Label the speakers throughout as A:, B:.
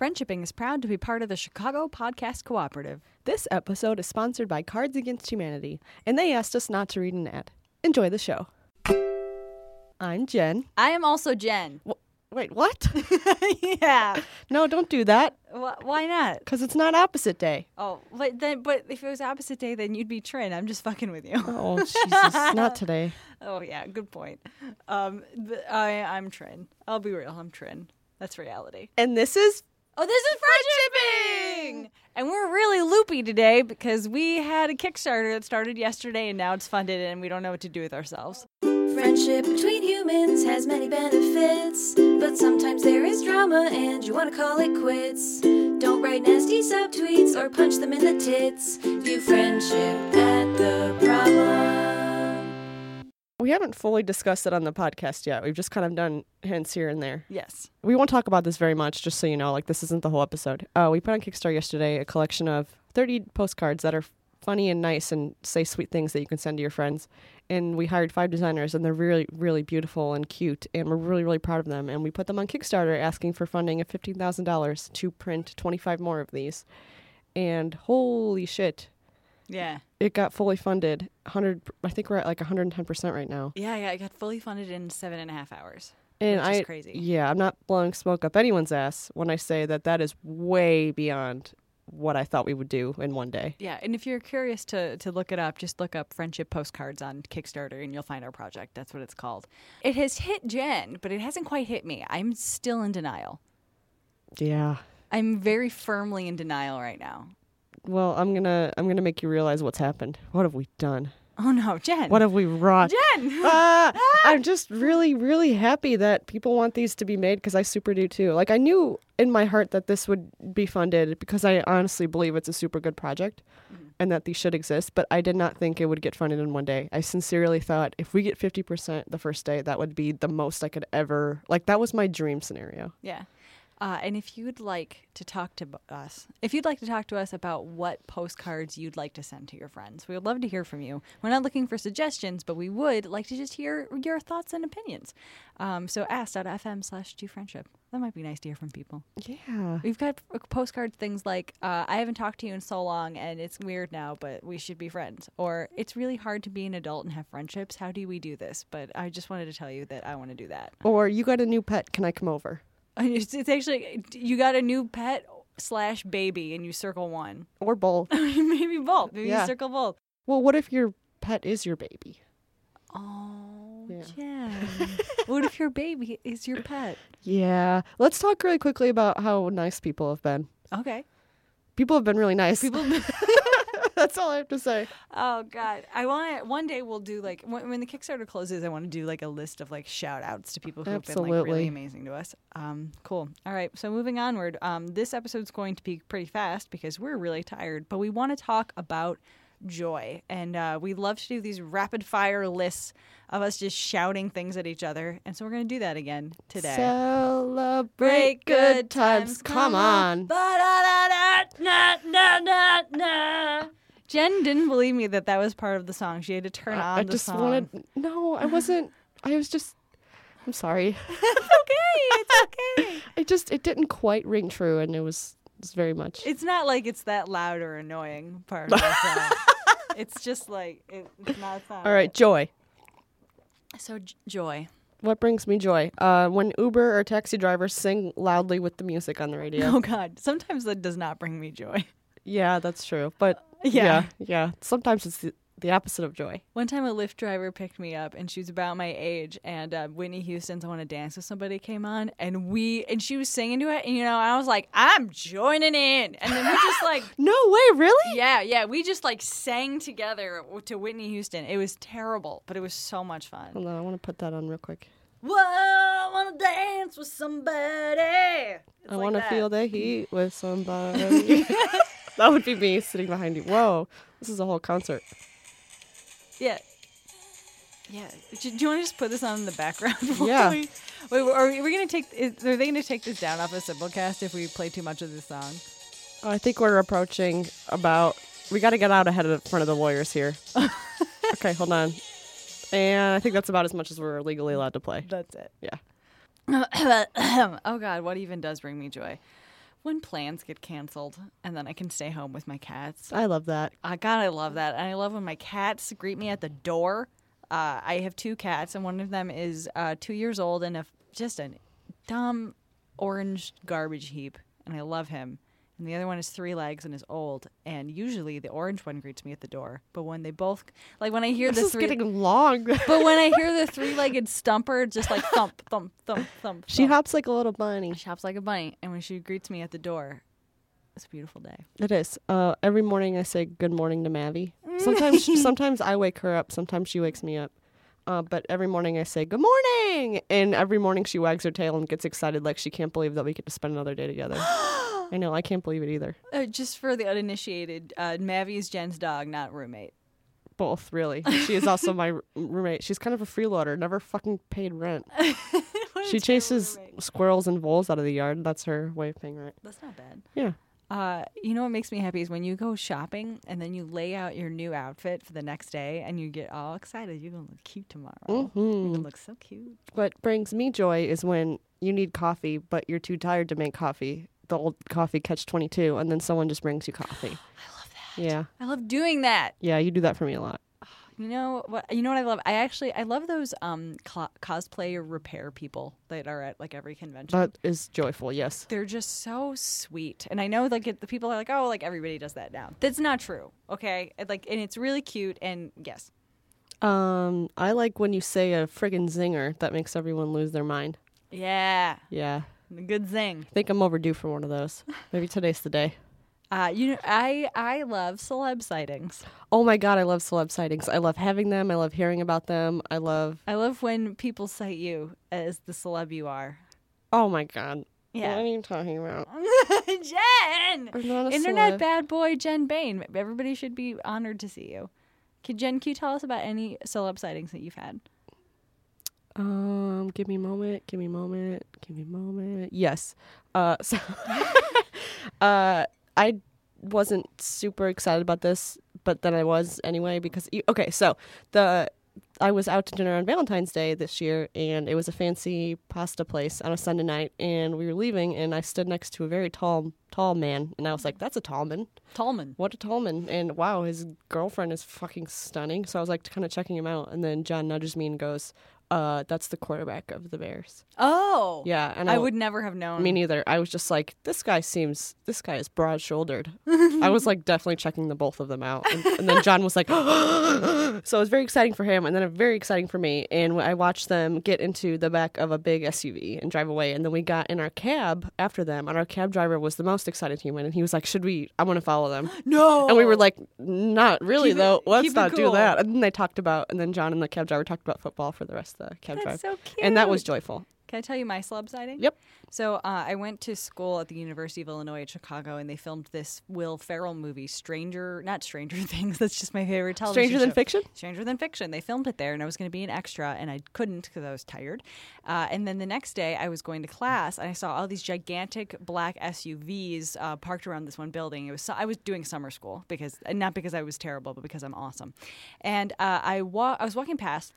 A: Friendshipping is proud to be part of the Chicago Podcast Cooperative.
B: This episode is sponsored by Cards Against Humanity, and they asked us not to read an ad. Enjoy the show. I'm Jen.
A: I am also Jen.
B: Wait, what?
A: yeah.
B: no, don't do that,
A: Wh- why not?
B: because it's not opposite day.
A: Oh, but then, but if it was opposite day, then you'd be Trin. I'm just fucking with you.
B: Oh, Jesus, not today.
A: Oh yeah, good point. Um, th- I I'm Trin. I'll be real. I'm Trin. That's reality.
B: And this is
A: Oh, this is friendshipping, and we're really loopy today because we had a Kickstarter that started yesterday, and now it's funded, and we don't know what to do with ourselves.
C: Friendship between humans has many benefits, but sometimes there is drama and you want to call it quits. Don't write nasty subtweets or punch them in the tits. View friendship at the problem.
B: we haven't fully discussed it on the podcast yet. We've just kind of done hints here and there.
A: Yes.
B: We won't talk about this very much, just so you know. Like this isn't the whole episode. Uh, we put on Kickstarter yesterday a collection of 30 postcards that are funny and nice and say sweet things that you can send to your friends. And we hired five designers, and they're really, really beautiful and cute, and we're really, really proud of them. And we put them on Kickstarter, asking for funding of fifteen thousand dollars to print 25 more of these. And holy shit,
A: Yeah.
B: it got fully funded. 100, I think we're at like 110 percent right now.
A: Yeah. Yeah. I got fully funded in seven and a half hours.
B: And
A: which is
B: I-
A: crazy.
B: Yeah, I'm not blowing smoke up anyone's ass when I say that that is way beyond what I thought we would do in one day.
A: Yeah, and if you're curious to to look it up, just look up friendship postcards on Kickstarter and you'll find our project. That's what it's called. It has hit Jen, but it hasn't quite hit me. I'm still in denial.
B: Yeah.
A: I'm very firmly in denial right now.
B: Well, I'm gonna I'm gonna make you realize what's happened. What have we done?
A: Oh no, Jen.
B: What have we wrought?
A: Jen.
B: Ah, I'm just really, really happy that people want these to be made because I super do too. Like I knew in my heart that this would be funded because I honestly believe it's a super good project and that these should exist. But I did not think it would get funded in one day. I sincerely thought if we get fifty percent the first day, that would be the most I could ever. Like that was my dream scenario.
A: Yeah. Uh, and if you'd like to talk to b- us, if you'd like to talk to us about what postcards you'd like to send to your friends, we would love to hear from you. We're not looking for suggestions, but we would like to just hear your thoughts and opinions. Um, so ask.fm slash friendship. That might be nice to hear from people.
B: Yeah.
A: We've got p- postcards, things like uh, "I haven't talked to you in so long, and it's weird now, but we should be friends," or "It's really hard to be an adult and have friendships. How do we do this?" But I just wanted to tell you that I want to do that.
B: Or you got a new pet? Can I come over?
A: It's, it's actually you got a new pet slash baby, and you circle one.
B: Or both?
A: Maybe both. Maybe
B: Yeah.
A: you circle both.
B: well, what if your pet is your baby?
A: Oh,
B: Yeah.
A: yeah. what if your baby is your pet?
B: Yeah. Let's talk really quickly about how nice people have been.
A: Okay.
B: People have been really nice.
A: People.
B: That's all I have to say.
A: Oh God, I want to. One day we'll do like when, when the Kickstarter closes. I want to do like a list of like shout outs to people who've been like
B: Absolutely.
A: really amazing to us. Um, cool. All right, so moving onward. Um, this episode's going to be pretty fast because we're really tired, but we want to talk about joy, and uh, we love to do these rapid fire lists of us just shouting things at each other, and so we're gonna do that again today.
B: Celebrate good times. Come on.
A: Jen didn't believe me that that was part of the song. She had to turn on
B: I
A: the
B: just
A: song.
B: wanted. No, I wasn't. I was just. I'm sorry.
A: okay, it's okay.
B: It just. It didn't quite ring true, and it was. It was very much.
A: It's not like it's that loud or annoying part of the song. It's just like it, it's not. It's not
B: all right, joy.
A: right. So j- joy.
B: What brings me joy? Uh, when Uber or taxi drivers sing loudly with the music on the radio.
A: Oh God. Sometimes that does not bring me joy.
B: Yeah, that's true. But
A: Yeah.
B: yeah, yeah. Sometimes it's the, the opposite of joy.
A: One time, a Lyft driver picked me up, and she was about my age. And uh, Whitney Houston's "I Want to Dance with Somebody" came on, and we and she was singing to it. And you know, I was like, "I'm joining in," and then we just like,
B: No way, really?
A: yeah, yeah, we just like sang together to Whitney Houston. It was terrible, but it was so much fun.
B: Hold on, I want to put that on real quick.
A: Whoa, I wanna dance with somebody. It's
B: I
A: like
B: want to
A: that.
B: feel the heat with somebody. that would be me sitting behind you. Whoa, this is a whole concert.
A: Yeah. Yeah. Do, do you want to just put this on in the background? while
B: Yeah.
A: we- Wait, are we, are we gonna take? Is, are they gonna take this down off of Simplecast if we play too much of this song?
B: I think we're approaching about. We got to get out ahead of front of the lawyers here. okay, hold on. And I think that's about as much as we're legally allowed to play.
A: That's it.
B: Yeah.
A: oh God, what even does bring me joy? when plans get canceled and then I can stay home with my cats.
B: I love that.
A: Uh, God, I love that. And I love when my cats greet me at the door. Uh, I have two cats, and one of them is uh, two years old and a, f- just a dumb orange garbage heap. And I love him. And the other one is three legs and is old. And usually the orange one greets me at the door. But when they both, like when I hear
B: This
A: the
B: is
A: three,
B: getting long.
A: but when I hear the three legged stumper just like thump, thump, thump, thump,
B: she
A: thump,
B: hops like a little bunny.
A: she hops like a bunny. And when she greets me at the door, it's a beautiful day.
B: It is. Uh, every morning I say good morning to Mavi. Sometimes, sometimes I wake her up. Sometimes she wakes me up. Uh, but every morning I say good morning, and every morning she wags her tail and gets excited like she can't believe that we get to spend another day together. I know. I can't believe it either.
A: Uh, just for the uninitiated, uh, Mavi is Jen's dog, not roommate.
B: Both, really. She is also my r- roommate. She's kind of a freeloader. Never fucking paid rent. she chases squirrels and voles out of the yard. That's her way of paying rent.
A: That's not bad.
B: Yeah.
A: Uh, you know what makes me happy is when you go shopping and then you lay out your new outfit for the next day and you get all excited. You're gonna look cute tomorrow.
B: Hmm.
A: You're
B: Mm-hmm.
A: gonna look so cute.
B: What brings me joy is when you need coffee, but you're too tired to make coffee. The old coffee catch 22, and then someone just brings you coffee.
A: I love that.
B: Yeah.
A: I love doing that.
B: Yeah, you do that for me a lot.
A: You know what? You know what I love? I actually I love those um cl- cosplay repair people that are at like every convention.
B: That is joyful, yes.
A: they're just so sweet and i know like it, the people are like oh like everybody does that now that's not true okay And, like and it's really cute and yes
B: Um, I like when you say a friggin' zinger that makes everyone lose their mind.
A: yeah
B: Yeah.
A: good thing
B: I think I'm overdue for one of those. Maybe today's the day.
A: uh you know i i love celeb sightings
B: Oh my god, I love celeb sightings. I love having them. I love hearing about them. I love.
A: i love when people cite you as the celeb you are
B: Oh my god. What are
A: yeah
B: you talking about?
A: jen
B: I'm not a
A: internet
B: celeb.
A: bad boy jen bain everybody should be honored to see you can jen can you tell us about any celeb sightings that you've had
B: Um, give me a moment. Give me a moment. Give me a moment. Yes. Uh, so, uh, I wasn't super excited about this, but then I was anyway because you- okay, so the I was out to dinner on Valentine's Day this year, and it was a fancy pasta place on a Sunday night, and we were leaving, and I stood next to a very tall, tall man, and I was like, "That's a tall man."
A: tallman
B: What a Tallman. And wow, his girlfriend is fucking stunning. So I was like kind of checking him out. And then John nudges me and goes, uh, that's the quarterback of the Bears.
A: oh
B: Yeah. And I,
A: I would never have known.
B: Me neither. I was just like, this guy seems, this guy is broad shouldered. I was like definitely checking the both of them out. And, and then John was like, so it was very exciting for him and then very exciting for me. And I watched them get into the back of a big SUV and drive away. And then we got in our cab after them. And our cab driver was the most excited human. And he was like, should we, I want to follow them.
A: No.
B: And we were like, not really
A: Keep it-
B: though.
A: keep
B: Let's
A: it
B: not do
A: cool."
B: that. And then they talked about, and then John and the cab driver talked about football for the rest of the cab drive.
A: That's so cute.
B: And that was joyful.
A: Can I tell you my celeb sighting?
B: Yep.
A: So uh, I went to school at the University of Illinois at Chicago, and they filmed this Will Ferrell movie, Stranger, not Stranger Things. That's just my favorite television.
B: Stranger than
A: show.
B: fiction.
A: Stranger Than Fiction. They filmed it there, and I was going to be an extra, and I couldn't because I was tired. Uh, and then the next day, I was going to class, and I saw all these gigantic black SUVs uh, parked around this one building. It was so, I was doing summer school because and not because I was terrible, but because I'm awesome. And uh, I wa- I was walking past.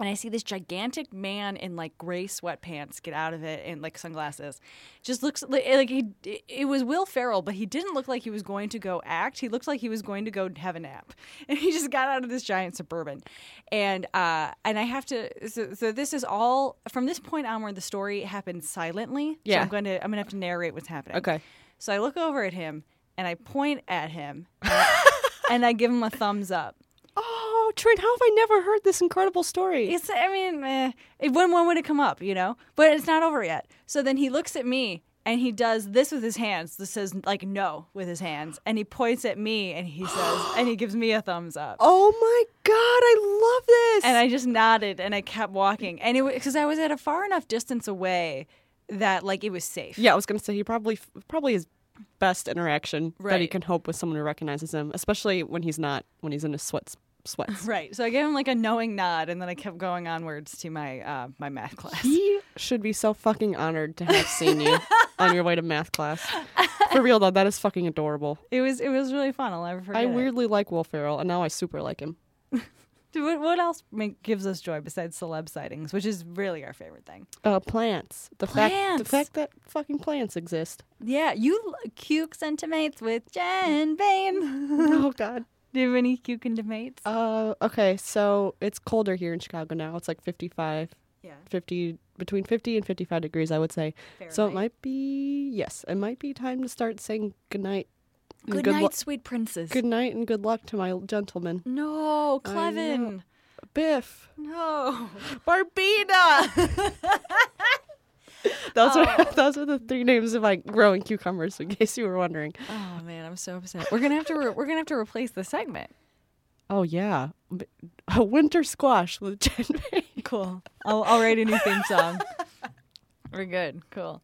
A: And I see this gigantic man in like gray sweatpants get out of it and like sunglasses. Just looks like, eh, like he, it was Will Ferrell, but he didn't look like he was going to go act. He looked like he was going to go have a nap. And he just got out of this giant suburban. And, uh, and I have to, so, so this is all from this point onward, the story happens silently. So
B: Yeah.
A: I'm going to, I'm going to have to narrate what's happening.
B: Okay.
A: So I look over at him and I point at him and I- and I give him a thumbs up.
B: Oh, Trent, how have I never heard this incredible story?
A: It's, I mean, eh, it, when when would it come up, you know? But it's not over yet. So then he looks at me and he does this with his hands. This says like no with his hands, and he points at me and he says and he gives me a thumbs up.
B: oh my god, I love this.
A: And I just nodded and I kept walking, and it because I was at a far enough distance away that like it was safe.
B: yeah, I was gonna say he probably probably his best interaction that he
A: Right.
B: can hope with someone who recognizes him, especially when he's not when he's in his sweats sweats.
A: Right. So I gave him like a knowing nod, and then I kept going onwards to my uh, my math class.
B: He should be so fucking honored to have seen you on your way to math class. For real though, that is fucking adorable.
A: It was it was really fun. I'll never forget.
B: I
A: it.
B: weirdly like Will Ferrell, and now I super like him.
A: Do- What, what else make, gives us joy besides celeb sightings, which is really our favorite thing?
B: Uh, plants. The fact the
A: Plants.
B: fact that fucking plants exist.
A: Yeah, you l- cukes and tomates with Jen Bain.
B: oh God.
A: Do you have any cuke and tomates?
B: Uh, okay, so it's colder here in Chicago now. It's like 55,
A: yeah,
B: 50 between 50 and 55 degrees, I would say. So it might be yes, it might be time to start saying goodnight. and
A: Good,
B: lu-
A: night, sweet princess.
B: good night and good luck to my gentleman.
A: No,
B: I
A: Clevin.
B: Biff.
A: No.
B: Barbina. those
A: Oh.
B: are those are the three names of my growing cucumbers in case you were wondering.
A: Oh man, I'm so upset. We're gonna have to re- we're gonna have to replace the segment.
B: Oh yeah. B- A winter squash with Jen May.
A: Cool. I'll, I'll write a new theme song. We're good. Cool.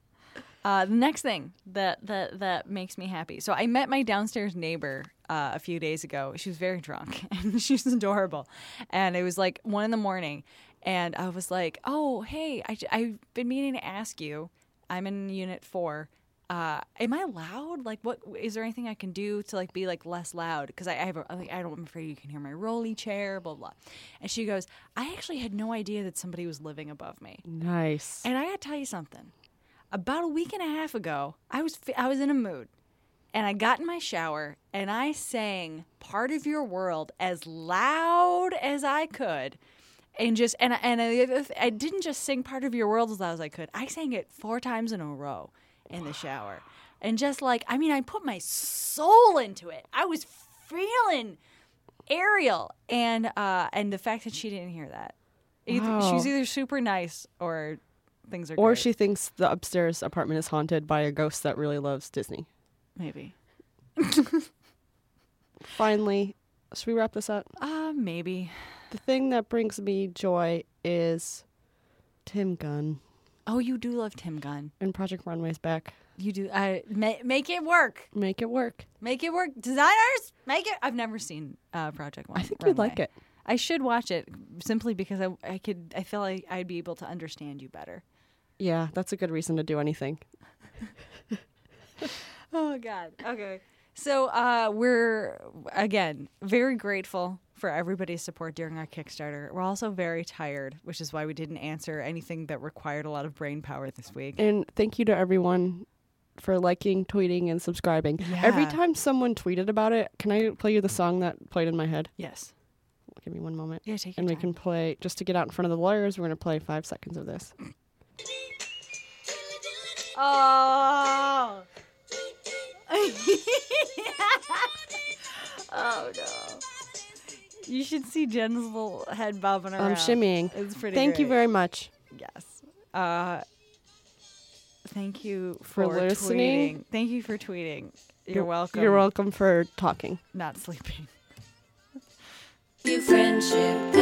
A: Uh, the next thing that, that that makes me happy. So I met my downstairs neighbor uh, a few days ago. She was very drunk and she's adorable. And it was like one in the morning, and I was like, "Oh, hey, I, j- I've been meaning to ask you. I'm in Unit Four. Uh, am I loud? Like, what is there anything I can do to like be like less loud? Because I, I have a, I'm like, I don't I'm afraid you can hear my rolly chair, blah blah." And she goes, "I actually had no idea that somebody was living above me."
B: Nice.
A: And I gotta tell you something. About a week and a half ago, I was fe- I was in a mood, and I got in my shower and I sang "Part of Your World" as loud as I could, and just and I- and I, I didn't just sing "Part of Your World" as loud as I could. I sang it four times in a row in the shower, and just like I mean, I put my soul into it. I was feeling Ariel, and uh, and the fact that she didn't hear that, either,
B: Wow.
A: she's either super nice or things are.
B: Or
A: great.
B: she thinks the upstairs apartment is haunted by a ghost that really loves Disney.
A: maybe.
B: Finally, should we wrap this up?
A: Uh, maybe.
B: The thing that brings me joy is Tim Gunn
A: Oh, you do love Tim Gunn.
B: and Project Runway's back.
A: You do. I ma- make it work.
B: Make it work.
A: Make it work. Designers, make it. I've never seen uh, Project One.
B: I think you'd like it.
A: I should watch it simply because I, I could. I feel like I'd be able to understand you better.
B: Yeah, that's a good reason to do anything.
A: Oh God. Okay. So uh, we're again very grateful for everybody's support during our Kickstarter. We're also very tired, which is why we didn't answer anything that required a lot of brain power this week.
B: And thank you to everyone for liking, tweeting, and subscribing. Every
A: Yeah.
B: time someone tweeted about it, can I play you the song that played in my head?
A: Yes.
B: Give me one moment.
A: Yeah. Take your
B: And we
A: time.
B: can play, just to get out in front of the lawyers, we're going to play five seconds of this.
A: Oh. oh no. You should see Jen's little head bobbing around.
B: I'm shimmying.
A: It's pretty.
B: Thank you
A: great.
B: very much.
A: Yes. Uh, thank you for,
B: For listening.
A: Tweeting. Thank you for tweeting. You're welcome.
B: You're welcome for talking.
A: Not sleeping.
C: You friendship.